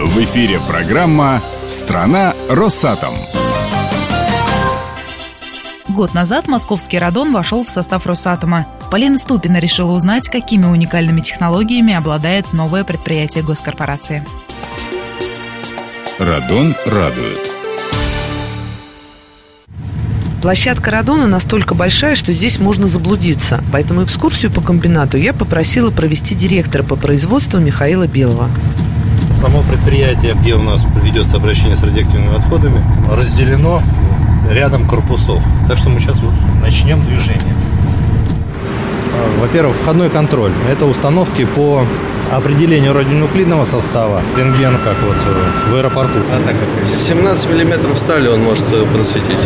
В эфире программа «Страна Росатом». Год назад московский радон вошел в состав Росатома. Полина Ступина решила узнать, какими уникальными технологиями обладает новое предприятие госкорпорации. Радон радует. Площадка Радона настолько большая, что здесь можно заблудиться. Поэтому экскурсию по комбинату я попросила провести директора по производству Михаила Белого. Само предприятие, где у нас ведется обращение с радиоактивными отходами, разделено рядом корпусов. Так что мы сейчас вот начнем движение. А, Во-первых, входной контроль. Это установки по определению радионуклидного состава. Рентген, как вот э, в аэропорту. 17 миллиметров стали он может э, просветить.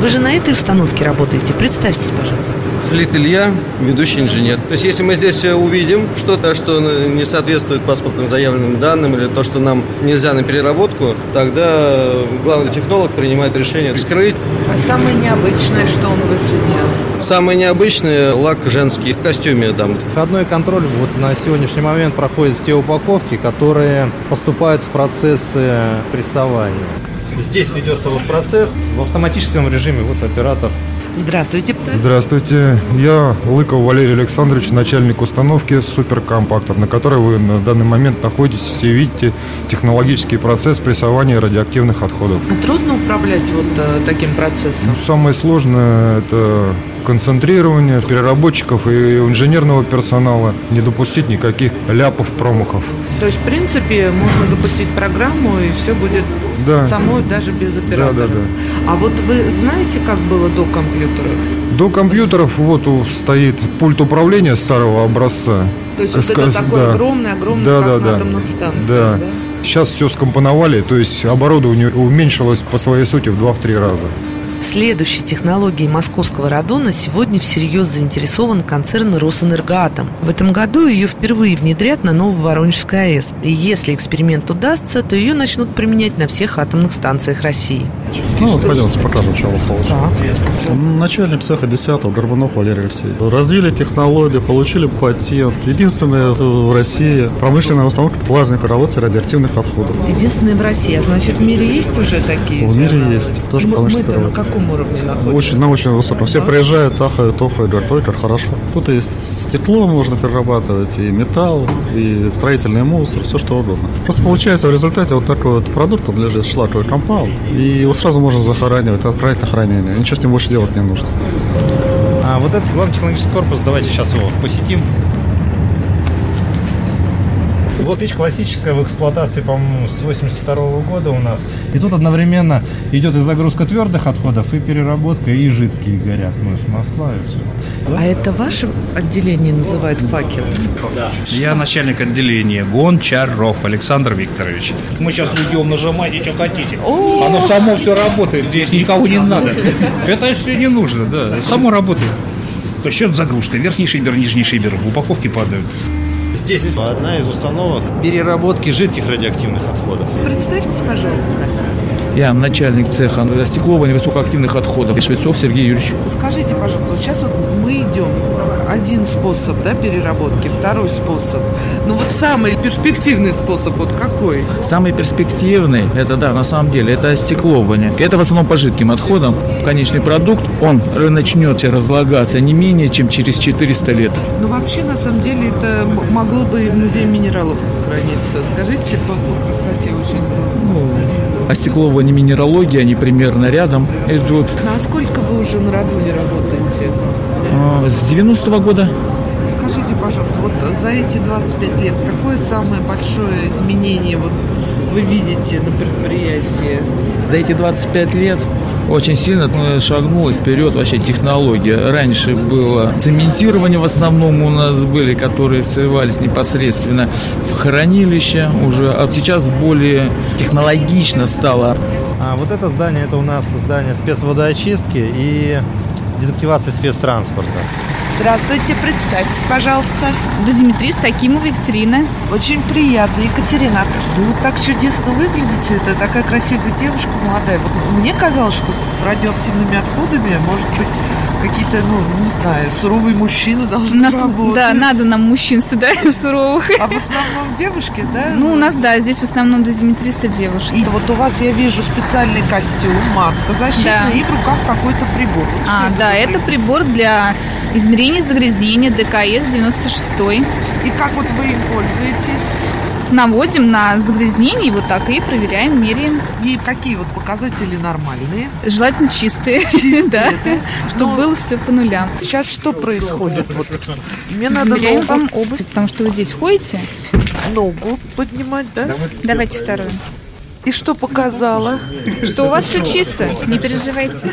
Вы же на этой установке работаете. Представьтесь, пожалуйста. Флит Илья, ведущий инженер. То есть, если мы здесь э, увидим что-то, что не соответствует паспортным заявленным данным или то, что нам нельзя на переработку, тогда э, главный технолог принимает решение вскрыть. А самое необычное, что он высветил? Самый необычный лак женский в костюме там. Входной контроль вот на сегодняшний момент проходит все упаковки, которые поступают в процессы прессования. Здесь ведется вот процесс в автоматическом режиме. Вот оператор Здравствуйте. Здравствуйте, я Лыков Валерий Александрович, начальник установки суперкомпактов, на которой вы на данный момент находитесь и видите технологический процесс прессования радиоактивных отходов. Трудно управлять вот э, таким процессом? Самое сложное – это концентрирование переработчиков и инженерного персонала, не допустить никаких ляпов, промахов. То есть, в принципе, можно запустить программу, и все будет Да. само, даже без оператора? да, да. А вот вы знаете, как было до компьютера? До компьютеров вот у- стоит пульт управления старого образца. То есть, вот это Э, Сказ- такой да. огромный-огромный, Да, как да, на да. атомных станциях, Да. да? Сейчас все скомпоновали, то есть оборудование уменьшилось по своей сути в 2-3 раза. Следующей технологией московского радона сегодня всерьез заинтересован концерн «Росэнергоатом». В этом году ее впервые внедрят на Нововоронежской АЭС. И если эксперимент удастся, то ее начнут применять на всех атомных станциях России. Ну, вот, пойдемте, покажем, что у вас получилось. Так. Начальник цеха 10-го, Горбунов Валерий Алексеевич. Развили технологию, получили патент. Единственная в России промышленная установка влажной переработки радиоактивных отходов. Единственное в России. А значит, в мире есть уже такие? В мире есть. Тоже промышленная переработка. каком уровне находимся? Очень, на очень высоком. Все приезжают, ахают, охают, говорят, ой, как хорошо. Тут и стекло можно перерабатывать, и металл, и строительный мусор, все что угодно. Просто получается в результате вот такой вот продукт, он лежит шлаковый компаунд, и его сразу можно захоранивать, отправить на хранение. Ничего с ним больше делать не нужно. А вот этот главный технологический корпус, давайте сейчас его посетим. Вот печь классическая в эксплуатации, по-моему, с 82 года у нас. И тут одновременно идет и загрузка твердых отходов, и переработка, и жидкие горят ну, масла, и все. А это ваше отделение называют факел? Я начальник отделения Гончаров Александр Викторович. Мы сейчас уйдем, нажимайте, что хотите. Оно само все работает, здесь никого не надо. Это все не нужно, да, само работает. То есть это загрузка, верхний шибер, нижний шибер, упаковки падают. Здесь одна из установок переработки жидких радиоактивных отходов. Представьтесь, пожалуйста. Я начальник цеха стеклования высокоактивных отходов. Швецов Сергей Юрьевич. Скажите, пожалуйста, вот сейчас вот мы идем один способ да, переработки, второй способ. Ну вот самый перспективный способ, вот какой? Самый перспективный, это да, на самом деле, это остекловывание. Это в основном по жидким отходам. Конечный продукт, он начнет разлагаться не менее, чем через 400 лет. Ну вообще, на самом деле, это м- могло бы и в музее минералов храниться. Скажите, по по красоте очень здорово. Остекловывание минералогии, они примерно рядом идут Насколько вы уже на роду не работаете? э, с 90-го года. Скажите, пожалуйста, вот за эти 25 лет какое самое большое изменение вот вы видите на предприятии? За эти 25 лет очень сильно э, шагнула вперед вообще технология. Раньше было цементирование в основном у нас были, которые срывались непосредственно в хранилище уже, а сейчас более технологично стало. А вот это здание, это у нас здание спецводоочистки и дезактивации спецтранспорта. Здравствуйте, представьтесь, пожалуйста. Дозиметрист Акимова Екатерина. Очень приятно, Екатерина. Вы так чудесно выглядите, это такая красивая девушка молодая. Вот мне казалось, что с радиоактивными отходами, может быть, какие-то, ну, не знаю, суровые мужчины должны Нас- работать. да, надо нам мужчин сюда суровых. А в основном девушки, да? Ну, у нас, да, здесь в основном дозиметристы девушки. И вот у вас я вижу специальный костюм, маска защитная Да. и в руках какой-то прибор. Вот что А, это да, за это прибор для измерения загрязнения ДКС 96. прибор? И как вот вы им пользуетесь? Наводим на загрязнение вот так и проверяем, меряем. И какие вот показатели нормальные? Желательно чистые, да, чтобы было все по нулям. Сейчас что происходит? Вот мне надо Измеряем ногу, вам обувь, потому что вы здесь ходите. ногу поднимать, да? Давайте вторую. И что показала? Что у вас все чисто, не переживайте.